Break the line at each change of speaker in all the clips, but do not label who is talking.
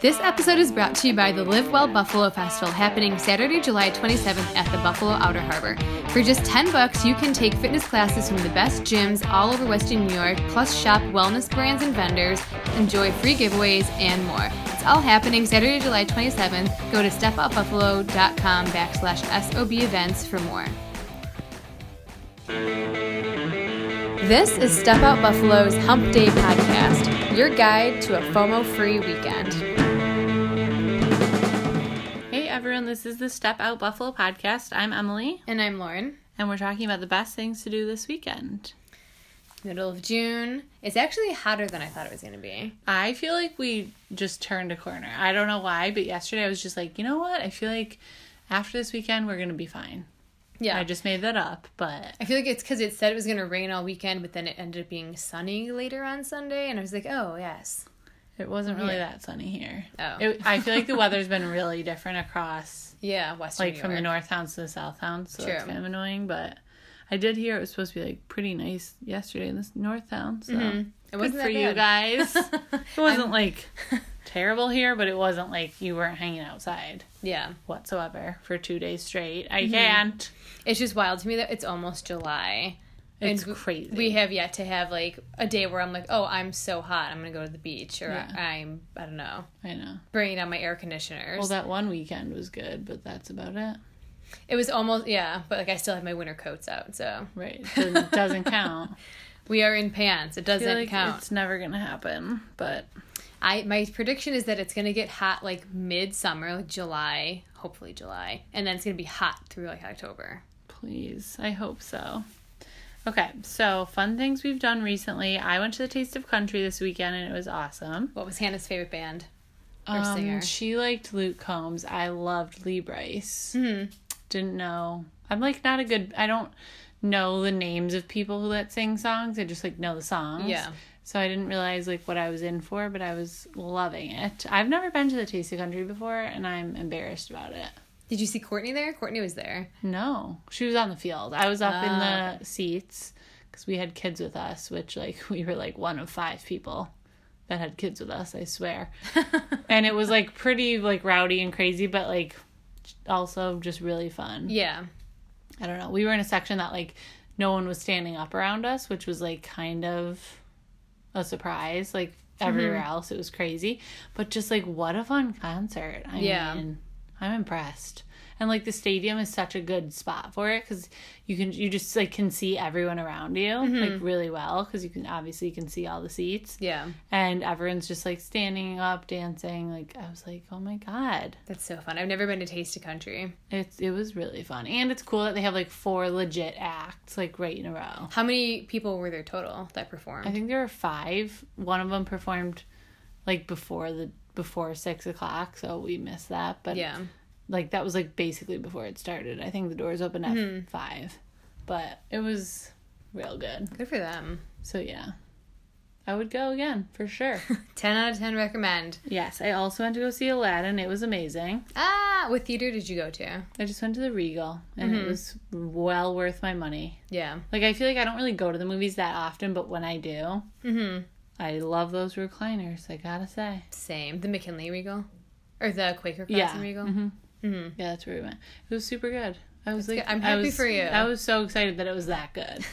This episode is brought to you by the Live Well Buffalo Festival happening Saturday, July 27th at the Buffalo Outer Harbor. For just 10 bucks, you can take fitness classes from the best gyms all over Western New York, plus shop wellness brands and vendors, enjoy free giveaways, and more. It's all happening Saturday, July 27th. Go to stepupbuffalo.com backslash SOB events for more. This is Step Out Buffalo's Hump Day Podcast, your guide to a FOMO free weekend.
Hey everyone, this is the Step Out Buffalo podcast. I'm Emily,
And I'm Lauren.
and we're talking about the best things to do this weekend.
Middle of June. It's actually hotter than I thought it was going to be.
I feel like we just turned a corner. I don't know why, but yesterday I was just like, you know what? I feel like after this weekend we're going to be fine.
Yeah.
I just made that up, but
I feel like it's because it said it was going to rain all weekend, but then it ended up being sunny later on Sunday. And I was like, oh, yes.
it wasn't really
Yeah.
that sunny here.
Oh.
It, I feel like the weather's been really different across,
Yeah, Western
like
New
from the
York.
north towns to the south towns, so it's
True.
kind of annoying, but I did hear it was supposed to be like pretty nice yesterday in this north town, so
It wasn't
Good
that
for
bad.
you guys. It wasn't like terrible here, but it wasn't like you weren't hanging outside
Yeah.
whatsoever for two days straight. I
Mm-hmm.
can't.
It's just wild to me that it's almost July.
It's
And we-
crazy.
We have yet to have like a day where I'm like, oh, I'm so hot. I'm going to go to the beach or
Yeah.
I'm, I don't know,
I know.
bringing down my air conditioners.
Well, that one weekend was good, but that's about it.
it was almost, yeah, but like I still have my winter coats out. So
Right. It doesn't, doesn't count.
we are in pants. It
I feel
doesn't
like
count.
It's never going to happen, but
I my prediction is that it's gonna get hot like midsummer, like July, hopefully July, and then it's gonna be hot through like October.
please. I hope so. Okay, so fun things we've done recently. I went to the Taste of Country this weekend and it was awesome.
What was Hannah's favorite band? Or singer.
Um, she liked Luke Combs. I loved Lee Bryce.
Mm-hmm.
Didn't know. I'm like not a good. I don't know the names of people who that sing songs. I just like know the songs.
Yeah.
So I didn't realize like what I was in for, but I was loving it. I've never been to the Taste of Country before, and I'm embarrassed about it.
Did you see Courtney there? Courtney was there.
No, she was on the field. I was up
Ah.
in the seats because we had kids with us, which like we were like one of five people that had kids with us. I swear, and it was like pretty like rowdy and crazy, but like also just really fun.
Yeah.
I don't know. We were in a section that like no one was standing up around us, which was like kind of a surprise. Like everywhere else, it was crazy, but just like what a fun concert! I
Yeah.
mean, I'm impressed. And like the stadium is such a good spot for it because you can you just like can see everyone around you like really well because you can obviously you can see all the seats
Yeah.
and everyone's just like standing up dancing like I was like oh my god
That's so fun. I've never been to Taste of Country.
it's it was really fun. And it's cool that they have like four legit acts like right in a row.
How many people were there total that performed?
I think there were five. One of them performed like before the before six o'clock, so we missed that. But
yeah.
like that was like basically before it started. I think the doors opened at five. But it was real good.
Good for them.
So yeah. I would go again for sure.
Ten out of ten recommend.
yes, I also went to go see Aladdin. It was amazing.
Ah, what theater did you go to?
I just went to the Regal and it was well worth my money.
Yeah.
Like I feel like I don't really go to the movies that often, but when I do,
Mm-hmm.
I love those recliners. I gotta say,
Same. The McKinley Regal. Or the Quaker Crossing
yeah,
Regal.
hmm
Mm-hmm.
yeah, that's where we went. It was super good. I was
That's
like,
good. I'm
I
happy
was-
for you.
I was so excited that it was that good.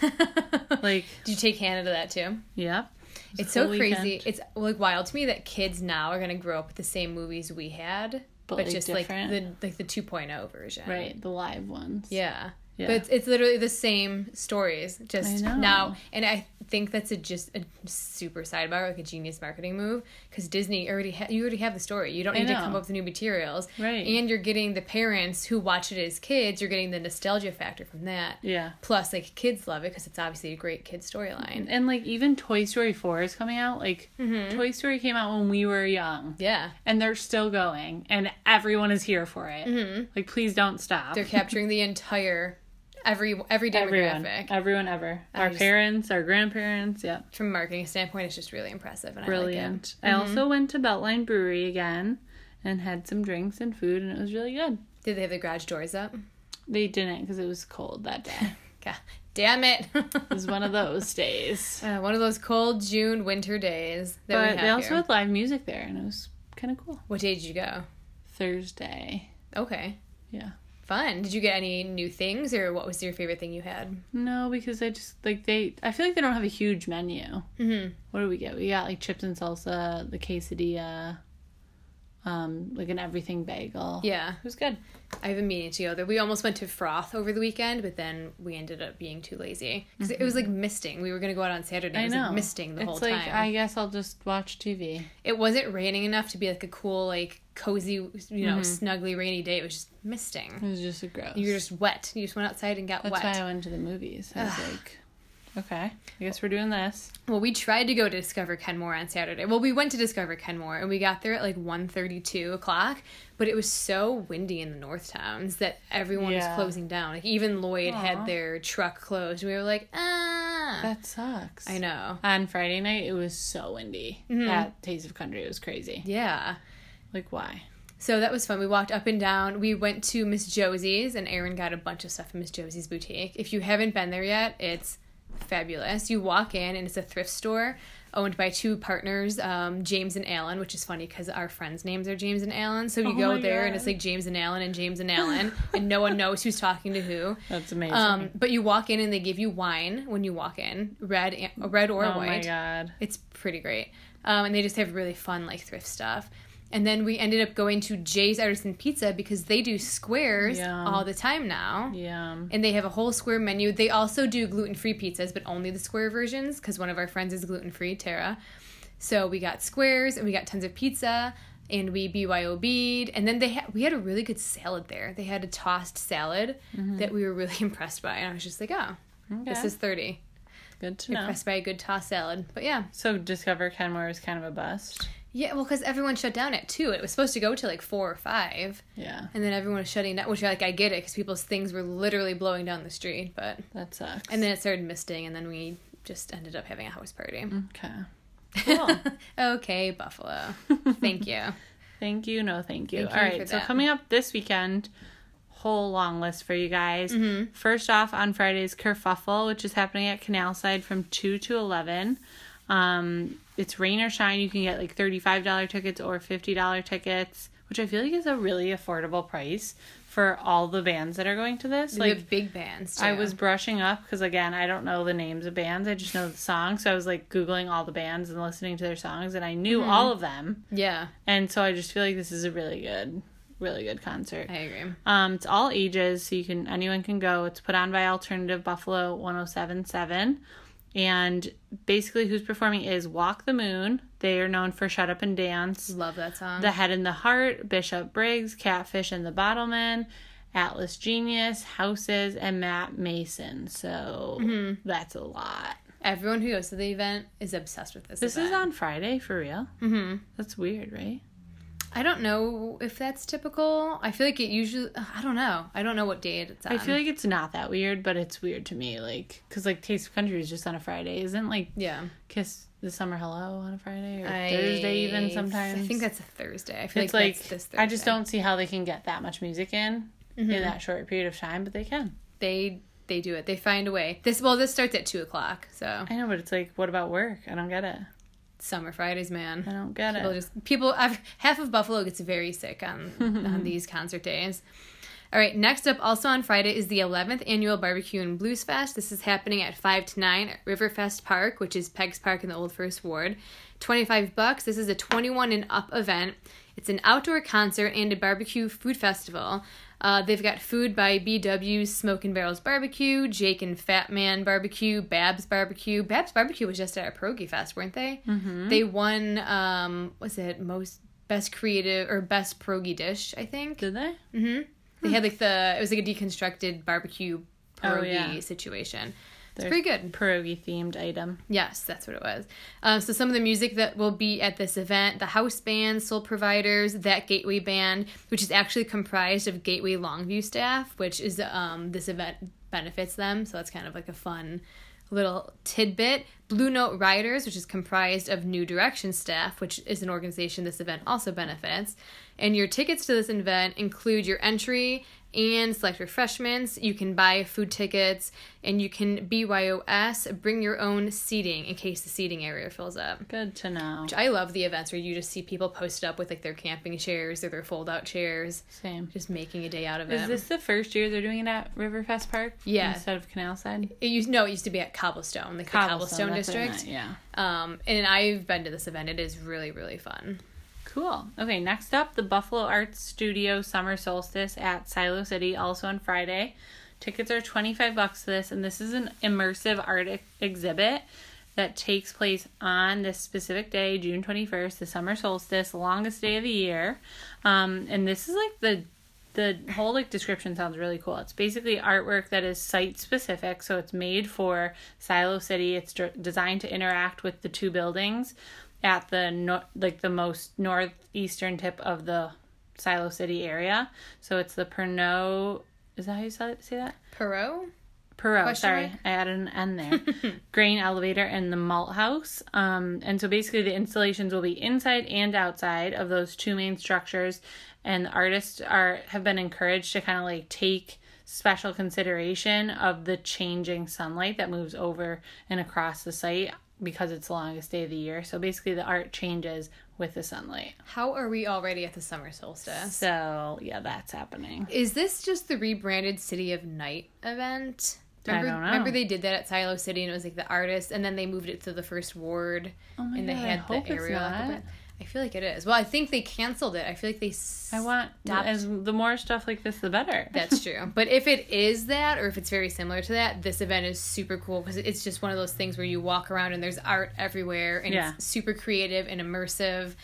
Like,
Did you take Hannah to that too?
yep. It was
It's
a
so
whole
crazy.
weekend,
It's like wild to me that kids now are gonna grow up with the same movies we had, but,
like,
just
different.
like the like the 2.0 version.
right? The live ones.
Yeah.
Yeah.
But it's, it's literally the same stories, just
I know.
now. And I think that's a just a super sidebar, like a genius marketing move, because Disney already ha- you already have the story. You don't
I
need to
know.
come up with new materials,
Right.
And you're getting the parents who watch it as kids. You're getting the nostalgia factor from that.
yeah.
Plus, like kids love it because it's obviously a great kid storyline.
And like even Toy Story Four is coming out. Like
Mm-hmm.
Toy Story came out when we were young,
Yeah.
and they're still going, and everyone is here for it. Like please don't stop.
Mm-hmm. They're capturing the entire every every
everyone,
demographic
everyone ever. our
just-
parents, our grandparents. Yep.
from a marketing standpoint. It's just really impressive and
Brilliant. I
Mm-hmm.
also went to Beltline Brewery again and had some drinks and food, and it was really good.
I like it. Did they have the garage doors up?
They didn't because it was cold that day.
God damn it!
It was one of those days.
uh, one of those cold June winter days that we
But
have
they also
here.
had live music there, and it was kind of cool.
What day did you go?
Thursday.
Okay.
Yeah.
Fun. Did you get any new things or what was your favorite thing you had?
No, because I just like they. I feel like they don't have a huge menu.
Mhm.
What do we get? We got like chips and salsa, the quesadilla, um, like an everything bagel.
Yeah.
it was good.
I have a meeting to go there. We almost went to Froth over the weekend, but then we ended up being too lazy. Because it was like misting. We were going to go out on Saturday.
Mm-hmm. I
It was
know
like misting the
it's
whole
like,
time.
I guess I'll just watch TV.
It wasn't raining enough to be like a cool, like cozy, you know,
Mm-hmm.
snuggly rainy day. It was just misting.
It was just a gross.
You were just wet. You just went outside and got
Mm. That's
wet.
why I went to the movies. I was like, okay, I guess we're doing this.
Well, we tried to go to Discover Kenmore on Saturday. Well, we went to Discover Kenmore and we got there at like 1.32 o'clock, but it was so windy in the North Towns that everyone was
Yeah.
closing down. Like even Lloyd
Aw.
had their truck closed. We were like, ah.
That sucks.
I know.
On Friday night, it was so windy
Mm-hmm.
at Taste of Country. It was crazy.
Yeah.
Like, why?
So that was fun. We walked up and down. We went to Miss Josie's, and Erin got a bunch of stuff from Miss Josie's boutique. If you haven't been there yet, it's fabulous. You walk in, and it's a thrift store owned by two partners, um, James and Alan, which is funny because our friends' names are James and Alan. So you
Oh
go
my
there, and
God.
it's like James and Alan and James and Alan, and no one knows who's talking to who.
That's amazing.
Um, but you walk in, and they give you wine when you walk in, red, and- red or
oh
white.
my god.
It's pretty great. Um, and they just have really fun, like, thrift stuff. And then we ended up going to Jay's Artisan Pizza because they do squares
Yum.
all the time now.
Yum.
And they have a whole square menu. They also do gluten free pizzas, but only the square versions because one of our friends is gluten free, Tara. So we got squares and we got tons of pizza and we BYOB'd. And then they ha- we had a really good salad there. They had a tossed salad that we were really impressed by. And I was just like, oh, this
Okay.
is 30.
good to know.
Impressed by a good tossed salad. But yeah.
So Discover Kenmore was kind of a bust.
Yeah, well, because everyone shut down at two. It was supposed to go to like four or five,
Yeah,
and then everyone was shutting down. Which like I get it, because people's things were literally blowing down the street. But
that sucks.
and then it started misting, and then we just ended up having a house party.
okay. Mm, Cool.
okay, Buffalo. Thank you.
Thank you. No, thank you.
Thank
All
you
right.
for
So
that.
coming up this weekend, whole long list for you guys.
Mm-hmm.
First off, on Friday's Kerfuffle, which is happening at Canalside from two to eleven. Um, it's rain or shine. You can get like thirty-five dollar tickets or fifty dollar tickets, which I feel like is a really affordable price for all the bands that are going to this.
we
Like
have big bands. Too.
I was brushing up because again, I don't know the names of bands. I just know the songs. So I was like googling all the bands and listening to their songs, and I knew
Mm-hmm.
all of them.
yeah,
And so I just feel like this is a really good, really good concert.
I agree.
Um, it's all ages, so you can anyone can go. It's put on by Alternative Buffalo 1077. And basically who's performing is Walk the Moon. They are known for Shut Up and Dance,
Love that song.
The Head and the Heart, Bishop Briggs, Catfish and the Bottleman, Atlas Genius, Houses, and Matt Mason. So that's a lot.
Everyone who goes to the event is obsessed with this.
This is
event.
on Friday for real? Mm-hmm. That's weird, right?
I don't know if that's typical. I feel like it usually. I don't know. I don't know what day it's on.
I feel like it's not that weird, but it's weird to me. Like, because like Taste of Country is just on a Friday, isn't like
yeah.
Kiss the Summer Hello on a Friday or
I-
Thursday even sometimes.
I think that's a Thursday. I feel
it's
like,
like
that's this Thursday. Mm-hmm.
I just don't see how they can get that much music in in that short period of time, but they can.
They they do it. They find a way. This well, this starts at two o'clock. So
I know, but it's like, what about work? I don't get it.
summer Fridays,
I
man.
don't get
People
it.
just people. I've, half of Buffalo gets very sick on on these concert days. All right. Next up, also on Friday, is the 11th annual Barbecue and Blues Fest. This is happening at five to nine at Riverfest Park, which is Peggs Park in the Old First Ward. 25 bucks. This is a 21 and up event. It's an outdoor concert and a barbecue food festival. Uh, they've got food by BW Smoke and Barrels Barbecue, Jake and Fat Man Barbecue, Babs Barbecue. Babs Barbecue was just at a Pierogi Fest, weren't they? Mm-hmm. They won, um, was it most best creative or best pierogi dish? I think
Did they?
they had like the it was like a deconstructed barbecue pierogi
Hmm. Oh, yeah.
situation. It's
There's-
pretty good.
Pierogi themed item.
Yes, that's what it was. Uh, so some of the music that will be at this event: the house band, Soul Providers, that Gateway band, which is actually comprised of Gateway Longview staff, which is um, this event benefits them. So that's kind of like a fun little tidbit. Blue Note Riders, which is comprised of New Direction staff, which is an organization this event also benefits. And your tickets to this event include your entry and select refreshments. You can buy food tickets and you can BYOS, bring your own seating in case the seating area fills up.
Good to know.
Which I love the events where you just see people posted up with like their camping chairs or their fold out chairs,
Same.
just making a day out of it.
Is this the first year they're doing it at Riverfest Park?
Yeah.
Instead of Canal Side?
it used, no, it used to be at Cobblestone, like the Cobblestone,
that's what I
district.
meant, Yeah.
Um, and I've been to this event. It is really, really fun.
Cool. Okay, next up, the Buffalo Arts Studio Summer Solstice at Silo City, also on Friday. Tickets are 25 bucks to this, and this is an immersive art ex- exhibit that takes place on this specific day, June 21st, the summer solstice, longest day of the year. Um, and this is like the the whole like description sounds really cool. It's basically artwork that is site specific, so it's made for Silo City. It's dr- designed to interact with the two buildings at the nor- like the most northeastern tip of the Silo City area. So it's the Pernod. Is that how you say say that?
Perot?
Perot,
Question
sorry,
mark?
I added an N there. Grain elevator and the malt house. Um, and so basically, the installations will be inside and outside of those two main structures, and the artists are have been encouraged to kind of like take special consideration of the changing sunlight that moves over and across the site because it's the longest day of the year. So basically, the art changes with the sunlight.
How are we already at the summer solstice?
So yeah, that's happening.
Is this just the rebranded City of Night event?
I
Remember,
don't know.
remember they did that at Silo City and it was like the artist, and then they moved it to the first ward,
Oh my
and they
God, I
had
hope
the
it's
aerial.
not.
acrobat- I feel like it is. Well, I think they canceled it. I feel like they. s-
I want
Stop.
as the more stuff like this, the better.
That's true. But if it is that, or if it's very similar to that, this event is super cool because it's just one of those things where you walk around and there's art everywhere, and
Yeah.
it's super creative and immersive,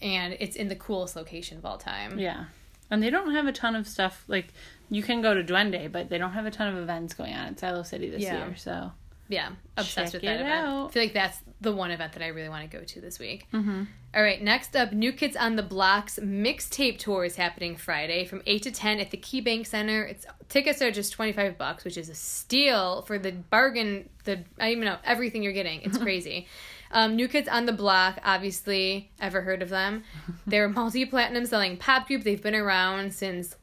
and it's in the coolest location of all time.
Yeah. And they don't have a ton of stuff like you can go to Duende, but they don't have a ton of events going on at Silo City this
Yeah.
year. So
Yeah, obsessed with
Check
that
it
event.
out. Mm-hmm.
I feel like that's the one event that I really want to go to this week. All right, next up, New Kids on the Block's mixtape tour is happening Friday from eight to ten at the KeyBank Center. It's tickets are just twenty five bucks, which is a steal for the bargain. The I don't even know everything you're getting. It's crazy. Um, New Kids on the Block, obviously, ever heard of them? They're a multi-platinum selling pop group. They've been around since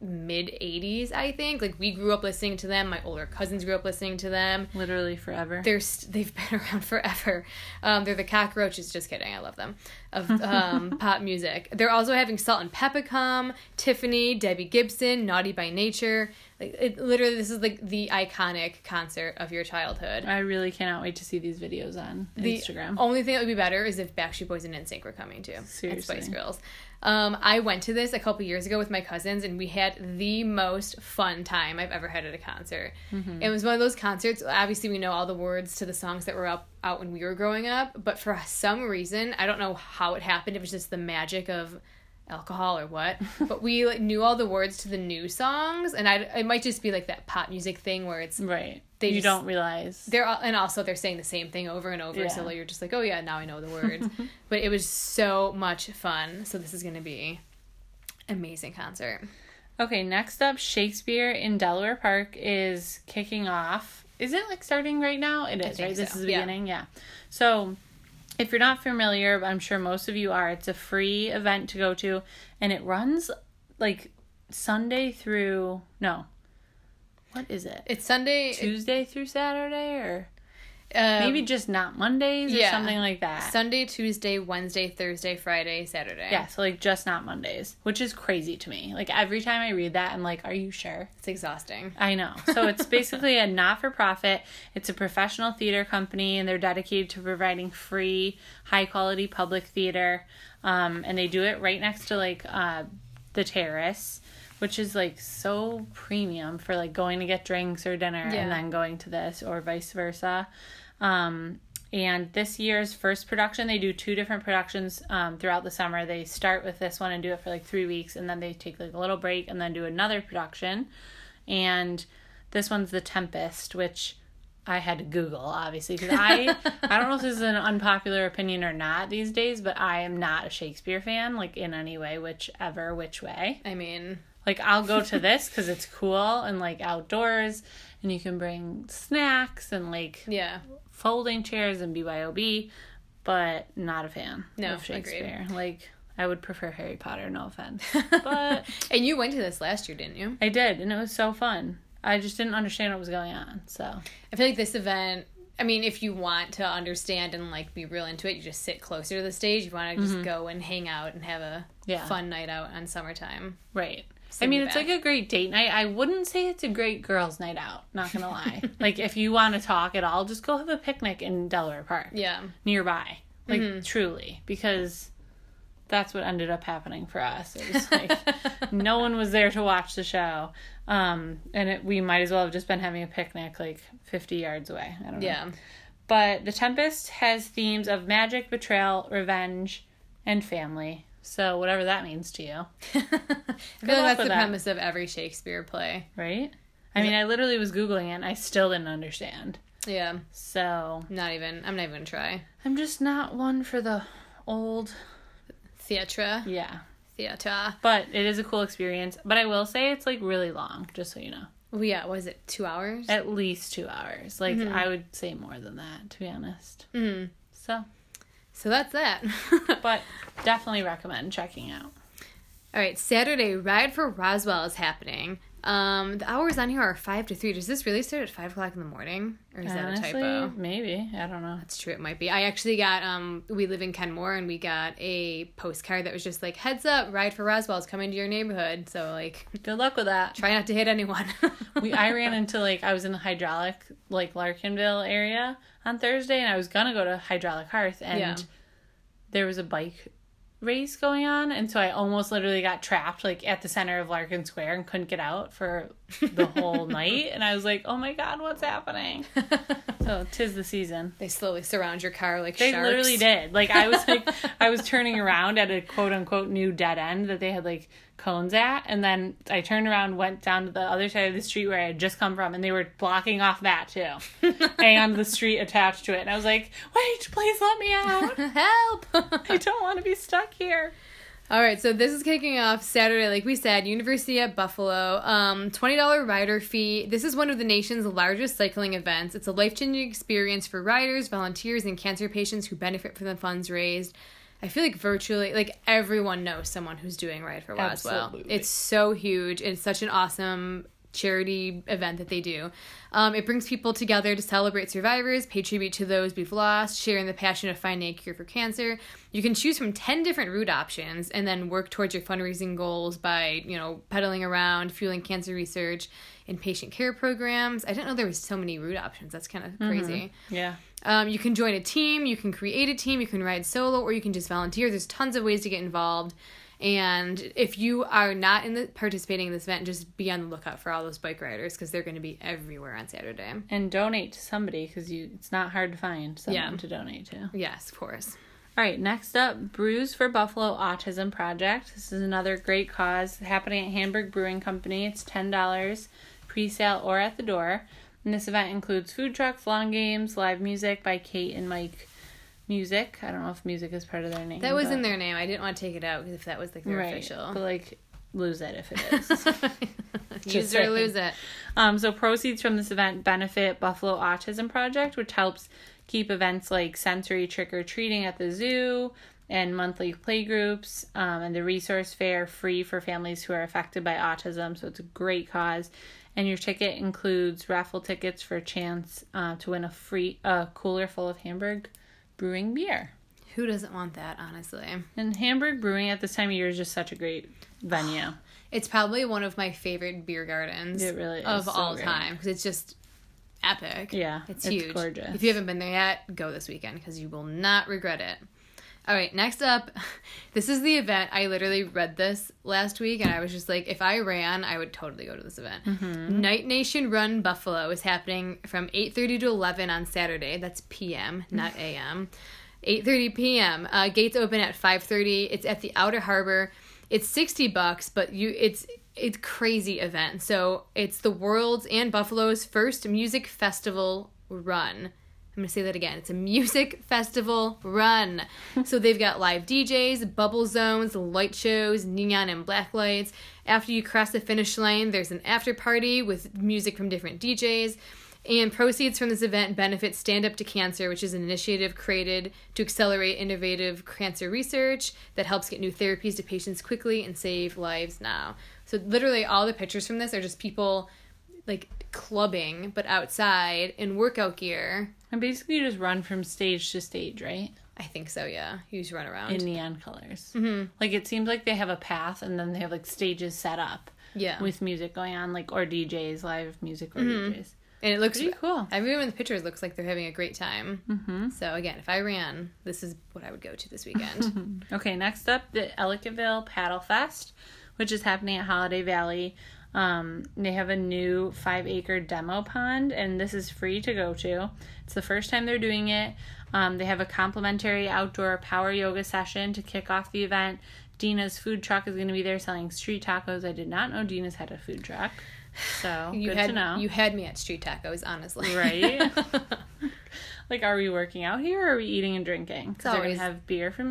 mid 80s, I think. Like we grew up listening to them. My older cousins grew up listening to them
literally forever.
they're st- they've been around forever. Um, they're the cockroaches. Just kidding. I love them. Of um, pop music. They're also having Salt and Peppa come. Tiffany, Debbie Gibson, Naughty by Nature. Like it, literally, this is like the iconic concert of your childhood.
I really cannot wait to see these videos on
The
Instagram.
only thing that would be better is if Backstreet Boys and NSYNC were coming too. And
Seriously.
Spice Girls. Um, I went to this a couple years ago with my cousins, and we had the most fun time I've ever had at a concert.
Mm-hmm.
It was one of those concerts. Obviously, we know all the words to the songs that were up out when we were growing up, but for some reason, I don't know how it happened. It was just the magic of alcohol or what but we like, knew all the words to the new songs and i it might just be like that pop music thing where it's
right.
They
you
just-
don't realize.
they're all, and also they're saying the same thing over and over so
Yeah.
like, you're just like oh yeah now i know the words but it was so much fun so this is going to be amazing concert
Okay, next up, Shakespeare in Delaware Park is kicking off. Is it like starting right now? It is,
think
right? This
so,
is the
yeah.
beginning, yeah. So, if you're not familiar, but I'm sure most of you are, it's a free event to go to and it runs like Sunday through no. What is it?
it's sunday it-
Tuesday through Saturday or
um,
maybe just not Mondays or
yeah.
something like that.
sunday tuesday wednesday thursday friday saturday
yeah, so like just not Mondays, which is crazy to me. Like every time I read that, I'm like, are you sure?
it's exhausting
I know. So it's basically a not for profit. It's a professional theater company, and they're dedicated to providing free, high quality public theater. Um, and they do it right next to like uh, the terrace, which is like so premium for like going to get drinks or dinner
Yeah.
and then going to this or vice versa. Um, and this year's first production, they do two different productions um, throughout the summer. They start with this one and do it for like three weeks, and then they take like a little break and then do another production. And this one's The Tempest, which I had to Google obviously because I I don't know if this is an unpopular opinion or not these days, but I am not a Shakespeare fan like in any way, whichever which way.
i mean
Like I'll go to this because it's cool and like outdoors, and you can bring snacks and like
yeah
folding chairs and BYOB, but not a fan
No,
of Shakespeare. Like I would prefer Harry Potter, no offense. But
and you went to this last year, didn't you?
I did, and it was so fun. I just didn't understand what was going on. So
I feel like this event. I mean, if you want to understand and like be real into it, you just sit closer to the stage. You want to just go and hang out and have a
Mm-hmm. Yeah.
fun night out on summertime.
Right. I
Send
mean,
me
it's
back.
like a great date night. I wouldn't say it's a great girls' night out. Not gonna lie. like, if you want to talk at all, just go have a picnic in Delaware Park
Yeah. Mm-hmm.
nearby. Like, truly, because that's what ended up happening for us. It was like no one was there to watch the show, um, and it, we might as well have just been having a picnic like fifty yards away. I don't know.
Yeah.
But The Tempest has themes of magic, betrayal, revenge, and family. So whatever that means to you.
I feel
luck
like that's
with
the
that.
premise of every Shakespeare play.
Right? I mean, I literally was Googling it and I still didn't understand.
Yeah.
So
Not even. I'm not even gonna try.
I'm just not one for the old.
Theatre.
Yeah.
Theatre.
But it is a cool experience. But I will say it's like really long, just so you know.
Well, Oh, yeah. Was it two hours?
At least two hours. Like, I would say more than that, to be honest.
Mhm.
So,
So that's that.
but definitely recommend checking out.
All right. Saturday Ride for Roswell is happening. Um, the hours on here are five to three. Does this really start at five o'clock in the morning, or is that a typo?
Maybe. I don't know.
It's true. It might be. I actually got. Um, we live in Kenmore, and we got a postcard that was just like, "Heads up, Ride for Roswell's coming to your neighborhood." So like,
Good luck with that.
try not to hit anyone.
we I ran into like I was in the hydraulic like Larkinville area on Thursday and I was gonna go to hydraulic hearth and
Yeah.
there was a bike race going on and so I almost literally got trapped like at the center of Larkin Square and couldn't get out for the whole night and I was like, Oh my god, what's happening? So tis the season.
they slowly surround your car like
They
sharks.
literally did. Like I was like I was turning around at a quote unquote new dead end that they had like cones at and then I turned around, went down to the other side of the street where I had just come from and they were blocking off that too. and the street attached to it. And I was like, Wait, please let me out.
Help!
I don't want to be stuck here.
All right, so this is kicking off Saturday, like we said, University at Buffalo. Um, $20 rider fee. This is one of the nation's largest cycling events. It's a life changing experience for riders, volunteers, and cancer patients who benefit from the funds raised. I feel like virtually, like everyone knows someone who's doing Ride for Roswell.
Absolutely.
It's so huge. It's such an awesome charity event that they do. Um, it brings people together to celebrate survivors, pay tribute to those we've lost, share in the passion of finding a cure for cancer. You can choose from 10 different route options and then work towards your fundraising goals by, you know, pedaling around, fueling cancer research, and patient care programs. I didn't know there was so many route options. That's kind of crazy.
Yeah.
Um, you can join a team, you can create a team, you can ride solo, or you can just volunteer. There's tons of ways to get involved. And if you are not in the participating in this event, just be on the lookout for all those bike riders because they're going to be everywhere on Saturday.
And donate to somebody because you it's not hard to find someone
Yeah.
to donate to.
Yes, of course.
All right, next up, Brews for Buffalo Autism Project. This is another great cause happening at Hamburg Brewing Company. It's $10 pre sale or at the door. And this event includes food truck, lawn games, live music by Kate and Mike Music. I don't know if music is part of their name.
That was
but-
in their name. I didn't want to take it out 'cause if that was like their
Right, But
official.
like, lose it if it is.
Use it or
saying.
lose it.
Um, so proceeds from this event benefit Buffalo Autism Project, which helps keep events like sensory trick or treating at the zoo and monthly playgroups um, and the resource fair free for families who are affected by autism. So it's a great cause. And your ticket includes raffle tickets for a chance uh, to win a free a cooler full of Hamburg brewing beer.
Who doesn't want that, honestly?
And Hamburg brewing at this time of year is just such a great venue.
It's probably one of my favorite beer gardens
It really is
of
so
all
great.
time because it's just epic.
Yeah,
it's,
it's
huge.
gorgeous.
If you haven't been there yet, go this weekend because you will not regret it. All right, next up, this is the event. I literally read this last week and I was just like, if I ran, I would totally go to this event. Night Nation Run Buffalo is happening from 8:30 to 11 on Saturday. That's p.m., not a.m. 8:30 p.m. Uh, gates open at 5:30. It's at the Outer Harbor. It's 60 bucks, but you it's it's crazy event. So, it's the world's and Buffalo's first music festival run. I'm gonna say that again. It's a music festival run. so they've got live DJs, bubble zones, light shows, neon and black lights. After you cross the finish line, there's an after party with music from different DJs. And proceeds from this event benefit Stand Up to Cancer, which is an initiative created to accelerate innovative cancer research that helps get new therapies to patients quickly and save lives now. So literally all the pictures from this are just people like clubbing but outside in workout gear.
And basically you just run from stage to stage, right?
I think so, yeah. You just run around.
In neon colors. Mm-hmm. Like it seems like they have a path and then they have like stages set up
yeah.
with music going on, like or DJs, live music or DJs.
and it looks
Pretty cool.
Everyone in the pictures looks like they're having a great time. Mm-hmm. So again, if I ran, this is what I would go to this weekend.
Okay, next up, the Ellicottville Paddle Fest, which is happening at Holiday Valley. Um, they have a new five acre demo pond, and this is free to go to. It's the first time they're doing it. Um, they have a complimentary outdoor power yoga session to kick off the event. Dina's food truck is going to be there selling street tacos. I did not know Dina's had a food truck, so
you
good
had
to know.
you had me at street tacos, honestly.
Right? like, are we working out here or are we eating and drinking? Because they're going
always-
to have beer from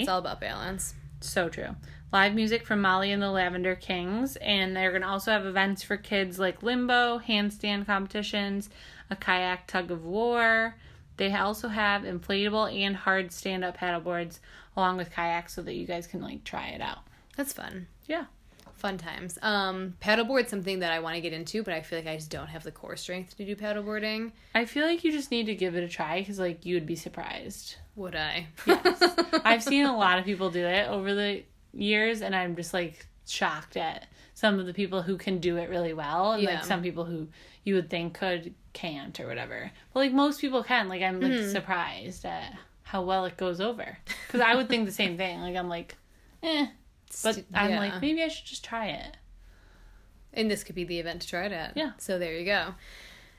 it's all about balance.
So true. Live music from Molly and the Lavender Kings, and they're going to also have events for kids like limbo, handstand competitions, a kayak tug of war. They also have inflatable and hard stand up paddleboards along with kayaks so that you guys can like try it out.
That's fun.
Yeah.
Fun times. Um, paddleboard's something that I want to get into, but I feel like I just don't have the core strength to do paddleboarding.
I feel like you just need to give it a try because like you would be surprised.
Would I?
I've seen a lot of people do it over the years, and I'm just like shocked at some of the people who can do it really well, and
Yeah.
like some people who you would think could can't or whatever. But like most people can. Like I'm like
Mm-hmm.
surprised at how well it goes over because I would think the same thing. Like I'm like, eh, but
St-
I'm
yeah.
like maybe I should just try it.
And this could be the event to try it at.
Yeah.
So there you go.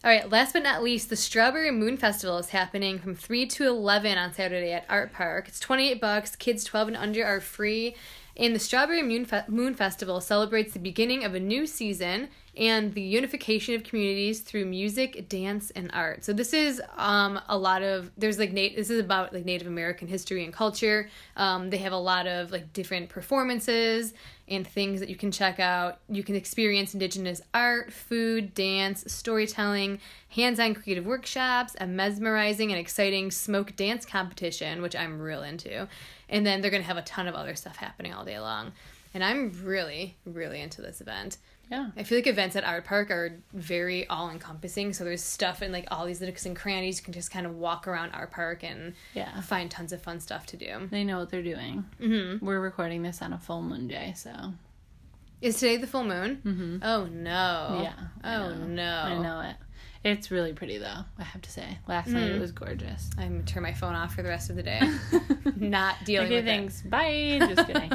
All right, last but not least, the Strawberry Moon Festival is happening from 3 to 11 on Saturday at Art Park. It's 28 bucks. Kids 12 and under are free. And the Strawberry Moon, Fe- Moon Festival celebrates the beginning of a new season and the unification of communities through music, dance, and art. So this is um, a lot of there's like Nate. This is about like Native American history and culture. Um, they have a lot of like different performances and things that you can check out. You can experience indigenous art, food, dance, storytelling, hands on creative workshops, a mesmerizing and exciting smoke dance competition, which I'm real into. And then they're going to have a ton of other stuff happening all day long. And I'm really, really into this event.
Yeah.
I feel like events at Art Park are very all encompassing. So there's stuff in like all these nooks and crannies. You can just kind of walk around Art Park and
Yeah.
find tons of fun stuff to do.
They know what they're doing. Mm-hmm. We're recording this on a full moon day, so
Is today the full moon? Mm-hmm. Oh no.
yeah. I
Oh
know.
no.
I know it. It's really pretty though. I have to say, last night
Mm.
it was gorgeous.
I'm gonna turn my phone off for the rest of the day. Not dealing
Okay,
with things.
thanks. Bye. Just kidding.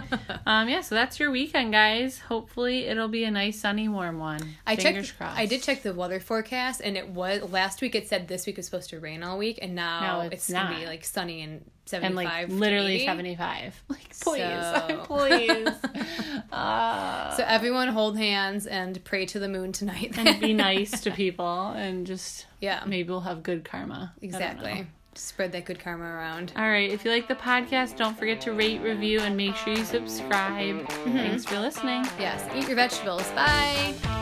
um, yeah, so that's your weekend, guys. Hopefully, it'll be a nice, sunny, warm one.
I
Fingers
checked.
Crossed.
I did check the weather forecast, and it was last week. It said this week was supposed to rain all week, and now
No,
it's,
it's
gonna be
not.
like sunny and
And
seventy-five.
like
to
literally
80.
seventy-five. Like please,
So-
please. uh,
So everyone hold hands and pray to the moon tonight.
and be nice to people, and just
Yeah.
maybe we'll have good karma. I don't know.
exactly. Spread that good karma around.
All right. If you like the podcast, don't forget to rate,
Mm-hmm.
review, and make sure you subscribe. Thanks for listening.
Yes, eat your vegetables. Bye.